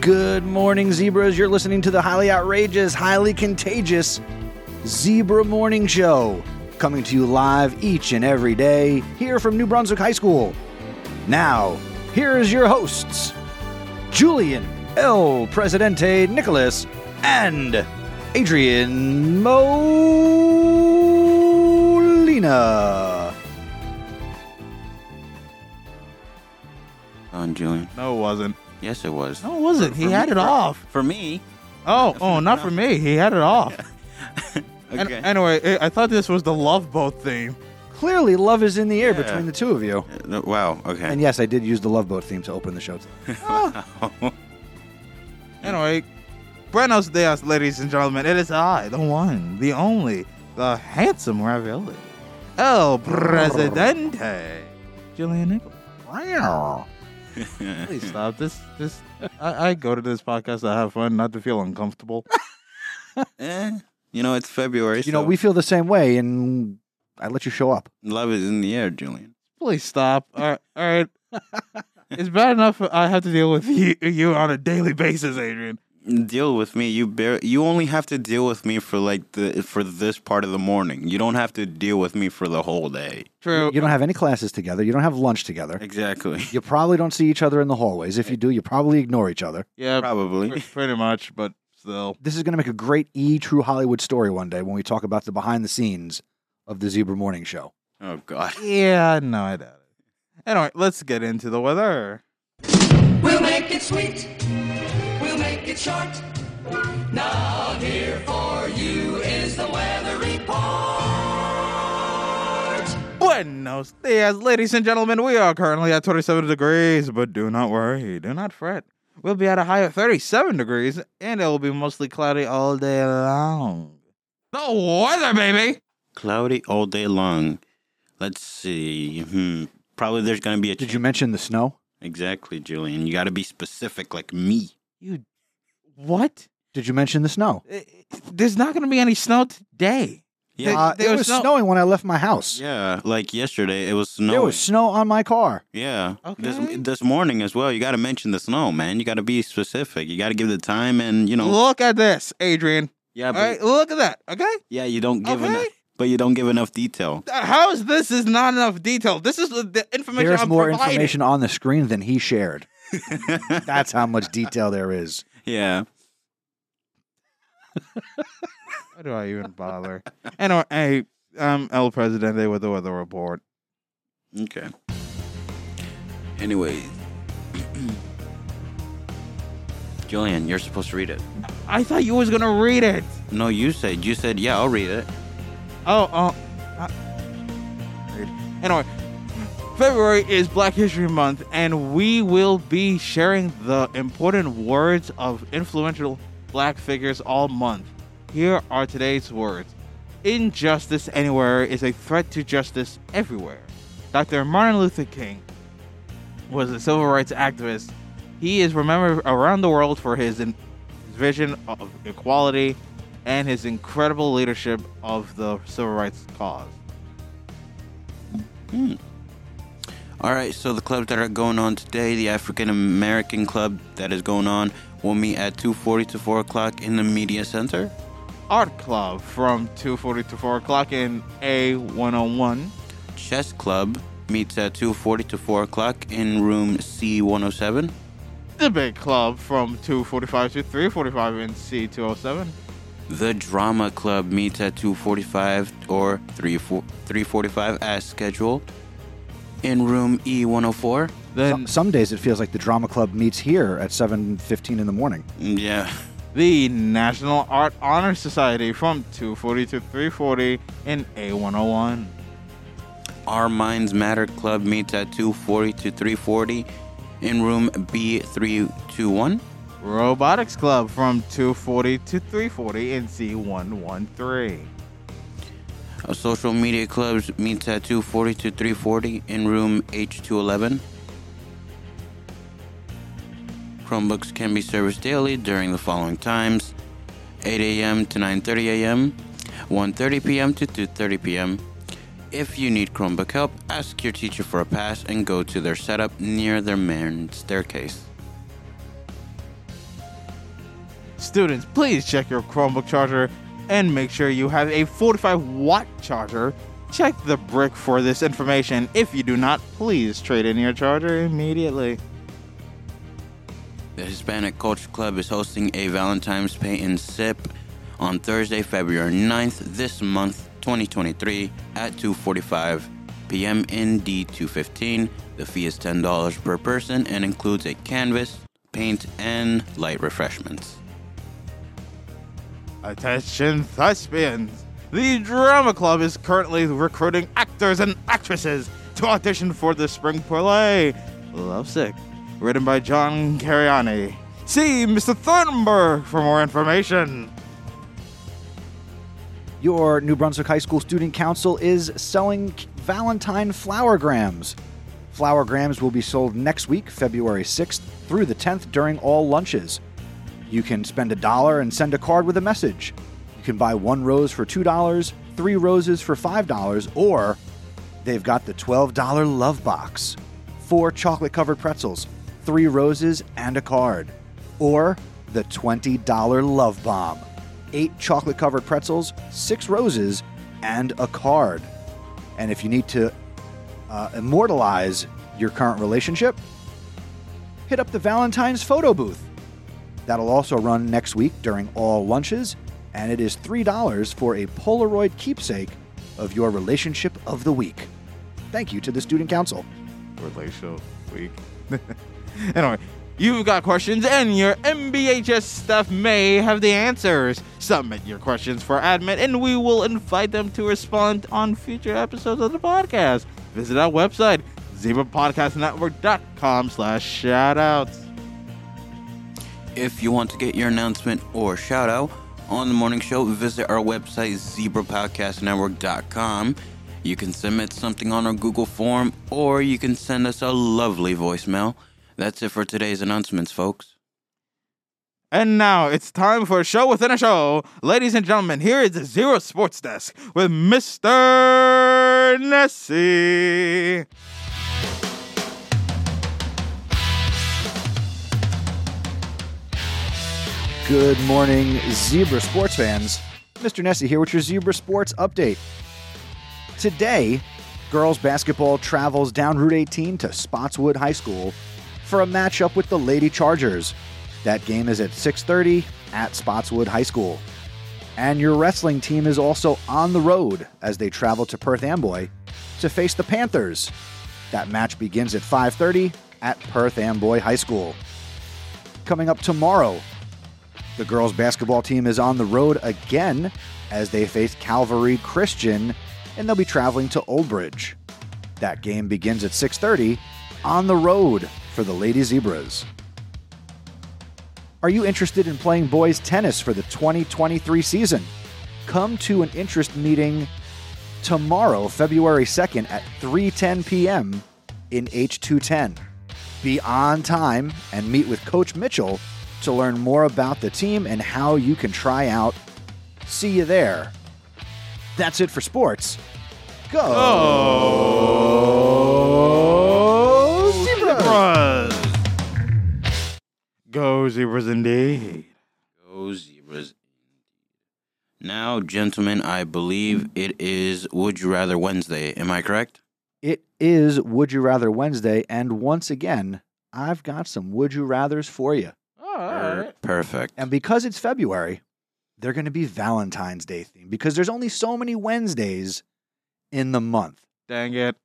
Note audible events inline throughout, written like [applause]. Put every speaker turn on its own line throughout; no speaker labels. Good morning, zebras. You're listening to the highly outrageous, highly contagious Zebra Morning Show, coming to you live each and every day here from New Brunswick High School. Now, here is your hosts, Julian El Presidente Nicholas and Adrian Molina.
on Julian.
No, it wasn't.
Yes, it was.
No, it wasn't. He
For
had
me-
it
for-
off.
For me.
Oh, oh, not for me. He had it off.
Okay.
An- anyway, I- I thought this was the love boat theme.
Clearly, love is in the air
Yeah.
between the two of you.
Uh, no, wow. Okay.
And yes, I did use the Love Boat theme to open the show.
Anyway, buenos dias, ladies and gentlemen. It is I, the one, the only, the handsome Ravioli, El Presidente, Julian Nichols. Wow. Please stop this. This I, I go to this podcast to have fun, not to feel uncomfortable.
[laughs]
[laughs]
Eh, you know, it's February.
You know,
so
we feel the same way, and I let you show up.
love is in the air, Julian.
Please stop. All right. All right. It's bad enough I have to deal with you, you on a daily basis, Adrian.
Deal with me. You bear. You only have to deal with me for like the for this part of the morning. You don't have to deal with me for the whole day.
True.
You don't have any classes together. You don't have lunch together.
Exactly.
You probably don't see each other in the hallways. If you do, you probably ignore each other.
yeah,
[laughs]
pr- [laughs]
Probably.
pretty much, but still.
This is going to make a great E True Hollywood story one day when we talk about the behind the scenes of the Zebra Morning Show.
Oh God.
Yeah, no, I doubt it. Anyway, let's get into the weather.
We'll make it sweet. We'll make it short. Now here for you is the weather report.
Buenos dias, ladies and gentlemen. We are currently at 27 degrees, but do not worry, do not fret. We'll be at a high of 37 degrees, and it will be mostly cloudy all day long. The weather, baby!
Cloudy all day long. Let's see. Hmm. Probably there's gonna be a.
Did
ch-
you mention the snow?
Exactly, Julian. You got to be specific, like me.
You. What?
Did you mention the snow?
Eh, eh, There's not going to be any snow today.
Yeah.
Uh,
there
it was
was snow-
snowing when I left my house.
Yeah, like yesterday, it was snowing.
There was snow on my car.
Yeah.
Okay.
This this morning as well. You got to mention the snow, man. You got to be specific. You got to give the time and you know.
Look at this, Adrian.
yeah,
All
but,
right, look at that. Okay?
yeah. You don't give
Okay.
enough, but you don't give enough detail. [laughs]
How is this is not enough detail? This is the- the information
There's
I'm
more
providing.
information on the screen than he shared. That's how much detail there is.
Yeah.
Why do I even [laughs] bother? anyway, uh, hey, I'm El Presidente with the weather report.
Okay. Anyway, [clears throat] Julian, you're supposed to read it.
I thought you was gonna read it.
No, you said you said yeah. I'll read it.
Oh, oh. uh, weird. Anyway, February is Black History Month, and we will be sharing the important words of influential black figures all month. Here are today's words Injustice anywhere is a threat to justice everywhere. Dr. Martin Luther King was a civil rights activist. He is remembered around the world for his in- vision of equality and his incredible leadership of the civil rights cause.
All right, so the clubs that are going on today, the African American club that is going on, will meet at 2:40 to 4 o'clock in the media center.
Art Club from 2:40 to 4 o'clock in A101.
Chess club meets at 2:40 to 4 o'clock in room C107.
Debate Club from 2:45 to 3:45 in C207.
The drama club meets at 2:45 or 3 4 3:45 as scheduled in room E E104.
Then
Some, some days it feels like the drama club meets here at 7:15 in the morning.
Yeah.
the National Art Honor Society from 2:40 to 3:40 in A101.
Our Minds Matter club meets at 2:40 to 3:40 in room B321.
Robotics Club from 2:40 to 3:40 in C113.
Our social media clubs meets at 240 to 340 in room H211. Chromebooks can be serviced daily during the following times 8 a.m. to 9.30 a.m., 1.30 p.m. to 2.30 p.m. If you need Chromebook help, ask your teacher for a pass and go to their setup near their main staircase.
Students, please check your Chromebook charger and make sure you have a 45 watt charger. Check the brick for this information. If you do not, please trade in your charger immediately.
The Hispanic Culture Club is hosting a Valentine's Paint and Sip on Thursday, February 9th, this month, 2023, at 2:45 p.m. in D215. The fee is $10 per person and includes a canvas, paint, and light refreshments.
Attention, thespians! The Drama Club is currently recruiting actors and actresses to audition for the spring play, Lovesick, written by John Cariani. See Mr. Thunberg for more information.
Your New Brunswick High School Student Council is selling Valentine flower grams. Flower grams will be sold next week, February 6th through the 10th during all lunches. You can spend a dollar and send a card with a message. You can buy one rose for $2, three roses for $5, or they've got the $12 love box. Four chocolate covered pretzels, three roses, and a card. Or the $20 love bomb. Eight chocolate covered pretzels, six roses, and a card. And if you need to uh, immortalize your current relationship, hit up the Valentine's photo booth. That'll also run next week during all lunches, and it is $3 for a Polaroid keepsake of your relationship of the week. Thank you to the Student Council.
Relational week. [laughs] anyway, you've got questions, and your MBHS staff may have the answers. Submit your questions for admin, and we will invite them to respond on future episodes of the podcast. Visit our website, zebrapodcastnetwork.com slash shoutouts.
If you want to get your announcement or shout out on the morning show, visit our website, zebrapodcastnetwork.com. You can submit something on our Google form or you can send us a lovely voicemail. That's it for today's announcements, folks.
And now it's time for a show within a show. Ladies and gentlemen, here is the Zero Sports Desk with Mr. Nessie.
Good morning, Zebra Sports fans. Mr. Nessie here with your Zebra Sports update. Today, girls basketball travels down Route 18 to Spotswood High School for a matchup with the Lady Chargers. That game is at 6:30 at Spotswood High School. And your wrestling team is also on the road as they travel to Perth Amboy to face the Panthers. That match begins at 5:30 at Perth Amboy High School. Coming up tomorrow, the girls' basketball team is on the road again as they face Calvary Christian, and they'll be traveling to Old Bridge. That game begins at 6:30 on the road for the Lady Zebras. Are you interested in playing boys tennis for the 2023 season? Come to an interest meeting tomorrow, February 2nd at 3:10 p.m. in H210. Be on time and meet with Coach Mitchell to learn more about the team and how you can try out. See you there. That's it for sports. Go. Zebras!
Go Zebras indeed.
Go Zebras. Now, gentlemen, I believe it is Would You Rather Wednesday. Am I correct?
It is Would You Rather Wednesday, and once again, I've got some Would You Rathers for you.
All
Per- Perfect.
And because it's February, they're going to be Valentine's Day themed because there's only so many Wednesdays in the month.
Dang it.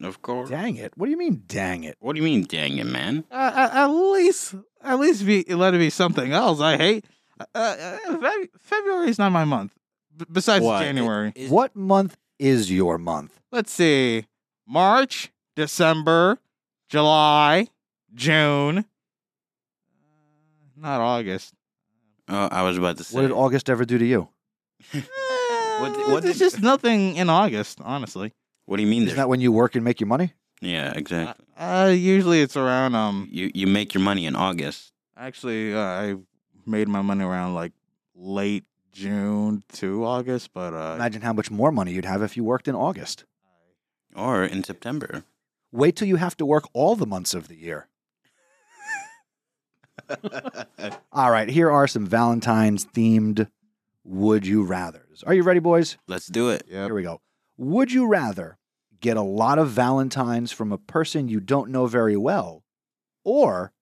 Of course.
Dang it. What do you mean, dang it?
What do you mean, dang it, man?
Uh, uh, at least, at least be, let it be something else. I hate. Uh, uh, Feb- February is not my month. B- besides
Why?
January,
Is-
What month is your month?
let's see: March, December, July, June. Uh, Not [laughs] August.
Oh, I was about to say.
What did August ever do to you?
what,
What- what
Eh, there's
did-
just nothing in August, honestly.
What do you mean?
Isn't
There?
that when you work and make your money?
yeah, exactly.
Uh, usually it's around um.
You you make your money in August.
Actually, uh, I made my money around like late June to August, but uh,
Imagine how much more money you'd have if you worked in August.
Or in September.
Wait till you have to work all the months of the year. All right, here are some Valentine's themed would you rathers. Are you ready, boys?
Let's do it.
Yep.
Here we go. Would you rather get a lot of Valentines from a person you don't know very well or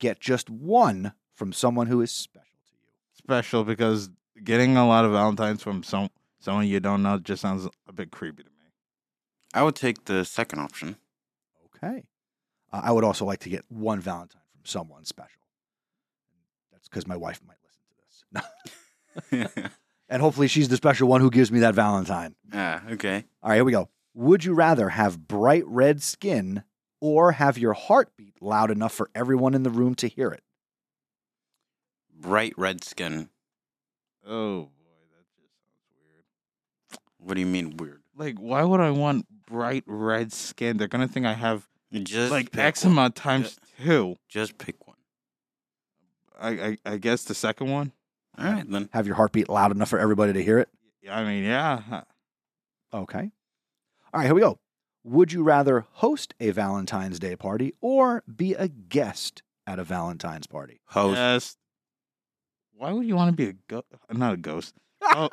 get just one from someone who is special to you?
Special because getting a lot of Valentines from some someone you don't know just sounds a bit creepy to me.
I would take the second option.
Okay. Uh, I would also like to get one Valentine from someone special. That's because my wife might listen to this. [laughs] and hopefully she's the special one who gives me that Valentine.
ah, okay.
All right, here we go. Would you rather have bright red skin or have your heartbeat loud enough for everyone in the room to hear it?
Bright red skin.
Oh boy, that just sounds weird.
What do you mean weird?
Like, why would I want bright red skin? They're gonna think I have
You Just
like
pick
eczema
one.
times two.
Just pick one.
I, I I guess the second one.
All right then.
Have your heartbeat loud enough for everybody to hear it?
I mean, yeah.
Okay. All right, here we go. Would you rather host a Valentine's Day party or be a guest at a Valentine's party?
Host.
Yes. Why would you want to be a ghost? Not a ghost. Oh,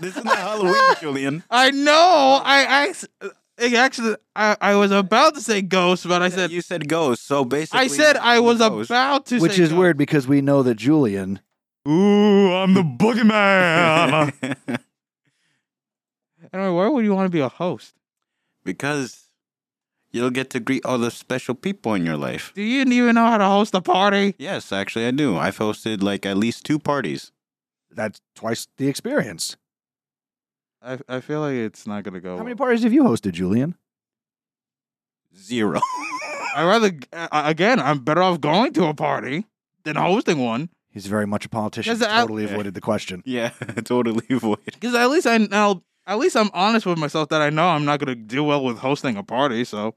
This is not [laughs] Halloween, Julian.
I know. I, I it actually, I, I was about to say ghost, but I said
you said ghost. So basically,
I said I was
ghost.
about to,
Which
say
is
ghost.
weird because we know that Julian
Ooh, I'm the boogeyman. [laughs] anyway, why would you want to be a host?
[laughs] because you'll get to greet all the special people in your life.
Do you even know how to host a party?
Yes, actually, I do. I've hosted like at least two parties.
that's twice the experience.
I I feel like it's not gonna go.
How many
well.
parties have you hosted, Julian?
Zero. [laughs]
I rather uh, again, I'm better off going to a party than hosting one.
He's very much a politician.
Yes, I-
totally avoided the question.
yeah, [laughs] totally void.
Because at least I now at least I'm honest with myself that I know I'm not gonna do well with hosting a party. So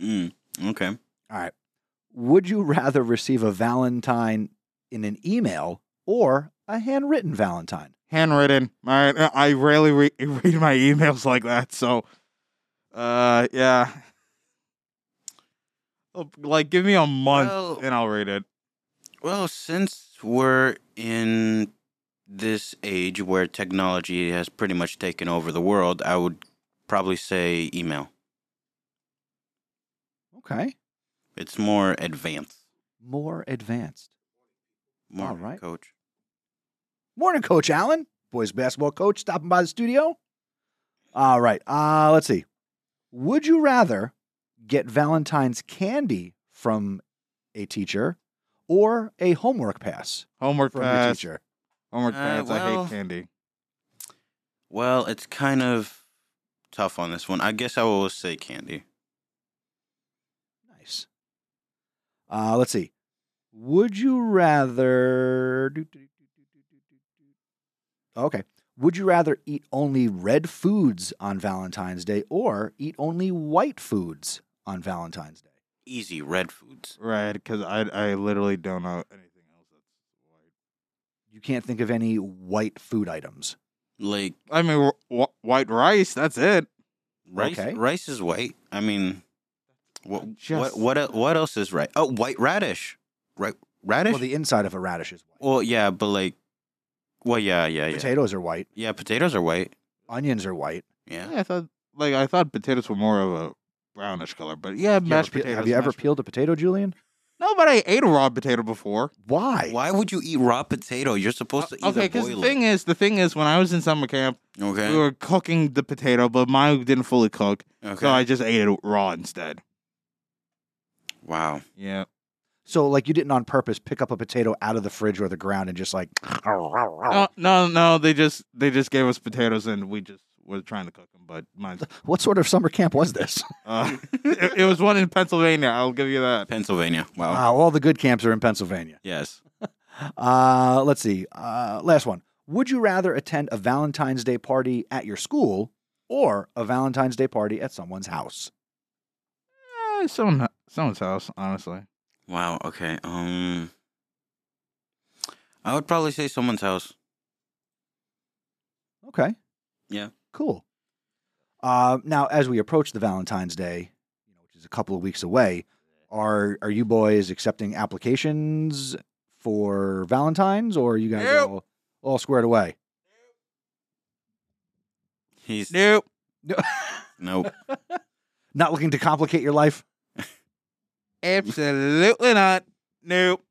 Mm, okay.
All right. Would you rather receive a Valentine in an email or a handwritten Valentine?
handwritten. My I rarely re- [laughs] read my emails like that. So, uh, yeah. Oh, Like, give me a month
Well-
and I'll read it.
Well, since we're in this age where technology has pretty much taken over the world, I would probably say email.
Okay.
It's more advanced.
More advanced.
More
All right.
coach.
Morning, Coach Allen, boys basketball coach, stopping by the studio. All right. Uh, let's see. Would you rather get Valentine's candy from a teacher or a homework pass
Homework
from your
pass.
teacher?
Homework
Uh,
pass. I
well-
hate candy.
Well, it's kind of tough on this one. I guess I will say candy.
Nice. Uh, let's see. Would you rather? do, do, do, do, do, do, do, do. Okay. Would you rather eat only red foods on Valentine's Day or eat only white foods on Valentine's Day?
Easy red foods.
Right, because I I literally don't know anything else that's white.
You can't think of any white food items.
Like
I mean, wh- wh- white rice. That's it.
rice.
Okay.
Rice is white. I mean, what
Just-
what what what else is right? Oh, white radish. Right, radish.
Well, the inside of a radish is
Oh,
white.
Well, yeah, but like, well, yeah, yeah, yeah.
Potatoes are white.
yeah, potatoes are white.
Onions are white.
Yeah.
Yeah, I thought like I thought potatoes were more of a brownish color, but yeah,
You ever
mashed
peel-
potatoes.
have you ever
mashed
peeled a potato, Julian?
pot- No, but I ate a raw potato before. Uh,
Why?
Why would you eat raw potato? You're supposed to eat
okay,
a boil
the thing is, the thing is, when I was in summer camp,
it. Okay.
we were cooking the potato, but mine didn't fully cook,
okay.
so I just ate it raw instead.
wow.
Yeah,
So, like, you didn't on purpose pick up a potato out of the fridge or the ground and just like,
no, no, no, they just they just gave us potatoes, and we just were trying to cook them, but mine,
what sort of summer camp was this?
[laughs]
uh, it, it was one in Pennsylvania. I'll give you that.
Pennsylvania. Wow.
Wow, Uh, all the good camps are in Pennsylvania.
Yes.
Uh, let's see. Uh, last one. Would you rather attend a Valentine's Day party at your school or a Valentine's Day party at someone's house?
Eh, someone, someone's house, honestly.
Wow. Okay. Um, I would probably say someone's house.
Okay.
Yeah.
Cool. Uh, now, as we approach the Valentine's Day, you know, which is a couple of weeks away, Are are you boys accepting applications for Valentine's, or are you guys
Nope.
all, all squared away?
He's
Nope.
nope.
Not looking to complicate your life. [laughs]
Absolutely not. Nope.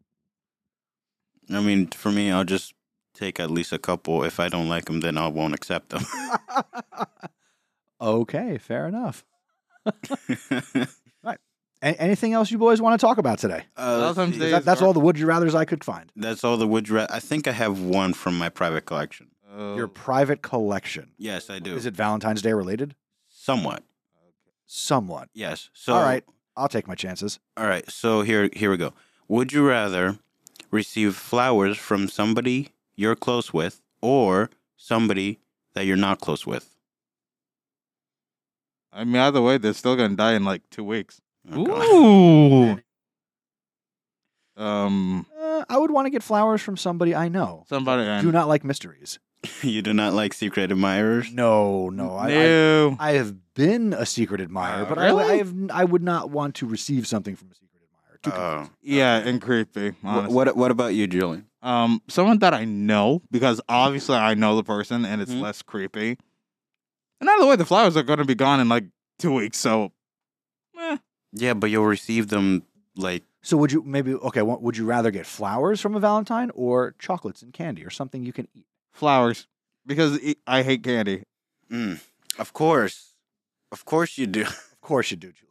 I mean, for me, I'll just take at least a couple. If I don't like them, then I won't
[laughs]
accept them.
okay, fair enough. Uh, A- anything else you boys want to talk about today?
uh,
Welcome
let's
to-
see.
That, that's all the would you rather's I could find.
That's all the wood rat. I think I have one from my private collection.
Oh.
Your private collection.
Yes, I do.
Is it Valentine's Day related?
somewhat?
Somewhat.
Yes. So
All right. I'll take my chances.
All right. So here, here we go. Would you rather receive flowers from somebody you're close with, or somebody that you're not close with?
I mean, either way, they're still gonna die in like two weeks.
Oh, God.
Ooh. [laughs] um,
Uh, I would want to get flowers from somebody I know.
somebody. I-
Do not like mysteries.
[laughs] you do not like secret admirers.
No, no. I, I-
no.
I have been a secret admirer,
Uh,
but
really?
I, I, have, I would not want to receive something from a secret admirer. Too
Oh.
yeah, and creepy.
Wh-
Honestly.
what, what about you, Julian?
Um, someone that I know because obviously I know the person and it's
Mhm.
less creepy. And either way, the flowers are gonna be gone in like two weeks. So, eh.
Yeah, but you'll receive them like
So would you maybe okay? wha- Would you rather get flowers from a Valentine or chocolates and candy or something you can eat?
flowers because it, I hate candy.
Mm, of course. Of course you do. [laughs]
Of course you do, Julian.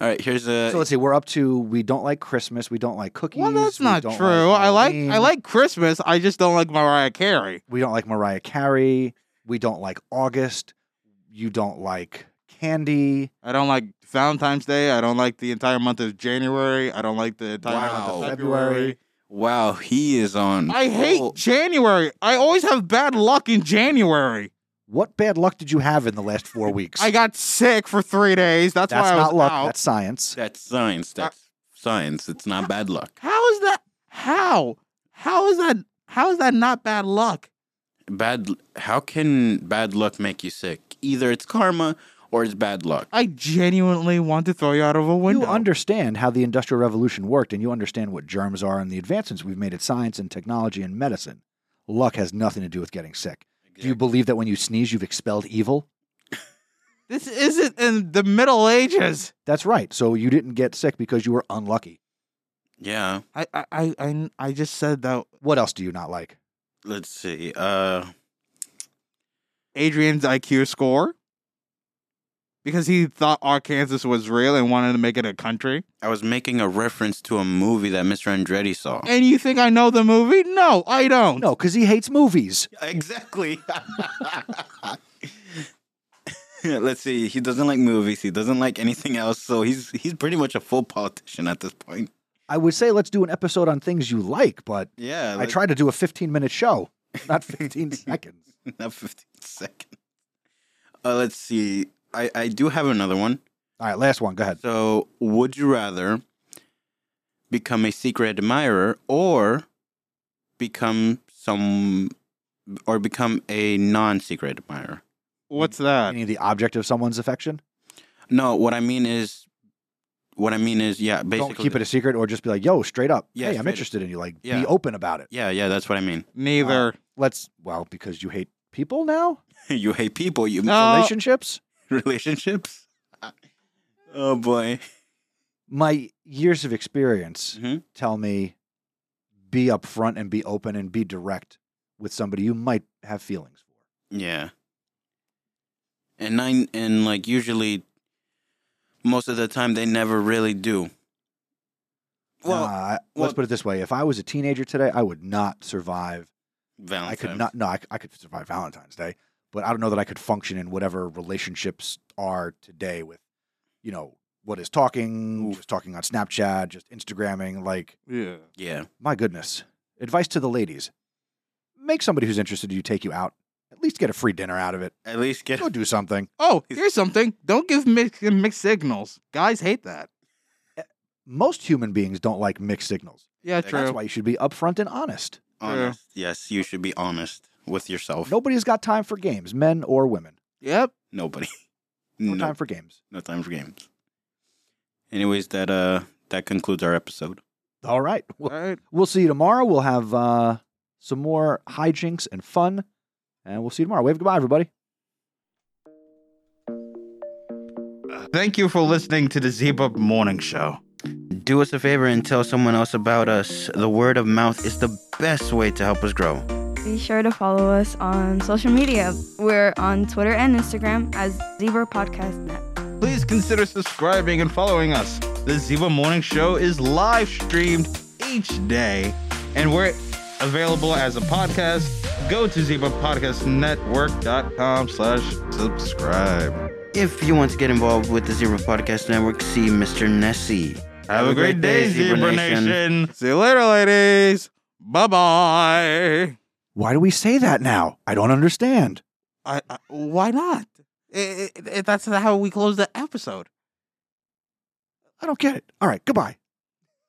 All right, here's a.
so let's see. We're up to we don't like Christmas. We don't like cookies.
Uh, Well, that's
we
not
don't
true. I like I
Halloween,
like Christmas. I just don't like Mariah Carey.
We don't like Mariah Carey. We don't like August. You don't like candy.
I don't like Valentine's Day. I don't like the entire month of January. I don't like the entire month
Wow.
of February.
wow, he is on.
I hate
full-
January. I always have bad luck in January.
What bad luck did you have in the last four weeks?
[laughs] I got sick for three days. That's,
that's
why I was
not luck.
out.
That's science.
That's science. That's science. It's not bad luck.
How is that? How? How is that? How is that not bad luck?
Bad. How can bad luck make you sick? Either it's karma or it's bad luck.
I genuinely want to throw you out of a
You
window.
understand how the Industrial Revolution worked, and you understand what germs are and the advancements we've made in science and technology and medicine. Luck has nothing to do with getting sick. Do you believe that when you sneeze, you've expelled evil?
this isn't in the Middle Ages.
That's right. So you didn't get sick because you were unlucky.
Yeah.
I I I, I, I just said that
What else do you not like?
Let's see. Uh,
Adrian's IQ score because he thought Arkansas was real and wanted to make it a country.
I was making a reference to a movie that Mr. Andretti saw.
[laughs]
And you think I know the movie? No, I don't.
No, because he hates movies. [laughs]
Exactly. [laughs] Let's see. He doesn't like movies. He doesn't like anything else. So he's he's pretty much a full politician at this point.
I would say let's do an episode on things you like, but
Yeah,
I tried to do a 15 minute show, not 15 seconds.
[laughs] Not 15 seconds. Uh, let's see. I, I do have another one.
All right, last one. Go ahead.
So, would you rather become a secret admirer or become some or become a non-secret admirer?
What's
Uh,
that?
Any the object of someone's affection?
No, what I mean is, what I mean is, yeah, basically,
Don't keep it a secret or just be like, yo, straight up.
Yeah,
hey, I'm
straight-
interested in you. Like,
Yeah.
be open about it.
yeah, yeah, that's what I mean. [laughs]
Neither.
let's well because you hate people now
you hate people, you
No. Uh,
relationships
[laughs] relationships. [laughs] oh boy.
my years of experience
Mhm.
tell me be upfront and be open and be direct with somebody you might have feelings for
Yeah. And nine and like usually most of the time they never really do. Well,
Nah, I-
well-
let's put it this way if i was a teenager today i would not survive i
Valentine's.
could not no I, I could survive valentine's day but i don't know that i could function in whatever relationships are today with you know what is talking just talking on snapchat just instagramming like
Yeah.
Yeah.
my goodness. Advice to the ladies. Make somebody who's interested in you take you out. At least get a free dinner out of it.
At least get
Go do something.
Oh, here's something. Don't give mixed, mixed signals. Guys hate that.
Most human beings don't like mixed signals.
Yeah,
That's
true.
That's why you should be upfront and honest.
honest. Yes, you should be honest with yourself.
Nobody's got time for games, men or women.
Yep.
Nobody. [laughs]
No
No,
time for games.
no time for games. Anyways, that uh that concludes our episode.
All right. We'll,
All right.
we'll see you tomorrow. We'll have uh, some more hijinks and fun. And we'll see you tomorrow. Wave goodbye, everybody.
Thank you for listening to the Zebra Morning Show.
Do us a favor and tell someone else about us. The word of mouth is the best way to help us grow.
Be sure to follow us on social media. We're on Twitter and Instagram as Zebra Podcast Net.
Please consider subscribing and following us. The Zebra Morning Show is live streamed each day, and we're available as a podcast. Go to zebrapodcastnetwork.com slash subscribe.
If you want to get involved with the Zebra Podcast Network, see Mr. Nessie.
Have a great day, Zebra Nation.
See you later, ladies. Bye bye.
Why do we say that now? I don't understand.
I, I, why not? I- I- I- that's how we close the episode.
I don't get it. All right. Goodbye.